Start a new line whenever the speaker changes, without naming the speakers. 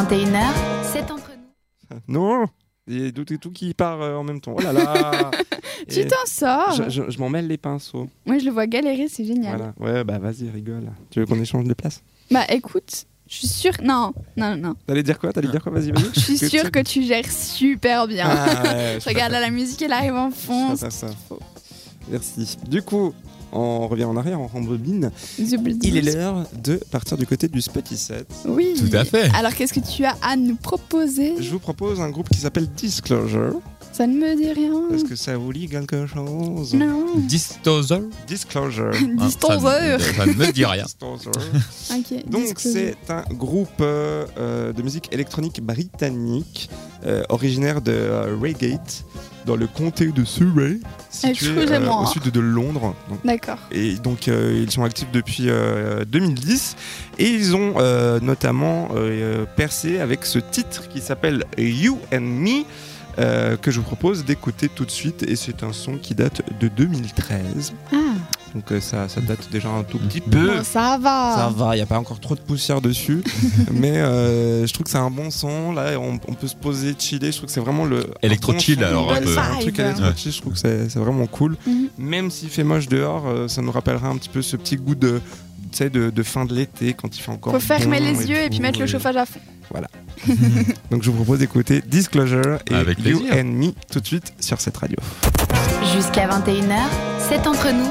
21h, c'est entre nous.
Non Et tout, et tout qui part euh, en même temps. Oh là là
Tu
Et
t'en sors
je, je- je m'en mêle les pinceaux.
Moi, je le vois galérer, c'est génial.
Voilà. Ouais, bah vas-y, rigole. Tu veux qu'on échange de place
Bah écoute, je suis sûre. Non, non, non.
T'allais dire quoi T'allais dire quoi Vas-y, vas-y.
Je suis
Que tu-
sûre que tu gères super bien.
Ah, ouais, je
Regarde là, la musique, elle arrive en fond.
préfère- je préfère ça. Merci. Du coup, on revient en arrière, on rembobine. Il est l'heure de partir du côté du Spotty Set.
Oui.
Tout à fait.
Alors, qu'est-ce que tu as à nous proposer
Je vous propose un groupe qui s'appelle Disclosure.
Ça ne me dit rien.
Est-ce que Ah, ça vous dit quelque chose
Non.
Distoser.
Disclosure.
Hein,
Distorseur.
Ça ne me dit rien.
Disclosure.
Ok.
Donc
disclose.
c'est un groupe euh, euh, de musique électronique britannique euh, originaire de euh, Reigate dans le comté de Surrey situé euh,
Excusez-moi.
au sud de Londres. Donc,
D'accord.
et donc euh, ils sont actifs depuis euh, 2010 et ils ont euh, notamment euh, percé avec ce titre qui s'appelle You and Me euh, que je vous propose d'écouter tout de suite et c'est un son qui date de 2013
Ah.
donc euh, ça, ça date déjà un tout petit peu
Bon, ça va.
ça va, il n'y a pas encore trop de poussière dessus, mais euh, je trouve que c'est un bon son. Là, on, on peut se poser, chiller. Je trouve que c'est vraiment le.
Électro-chill,
un bon son.
alors,
Ouais,
un peu.
c'est un truc
Vibe.
électro-chill, je trouve que c'est c'est vraiment cool.
Mhm.
Même s'il fait moche dehors, euh, ça nous rappellera un petit peu ce petit goût de. tu sais, de, de fin de l'été quand il fait encore.
Faut fermer
bon
les yeux et, puis
tout,
mettre le chauffage à fond.
Donc je vous propose d'écouter Disclosure et
Avec
You
plaisir.
and Me tout de suite sur cette radio.
Jusqu'à 21h, c'est entre nous.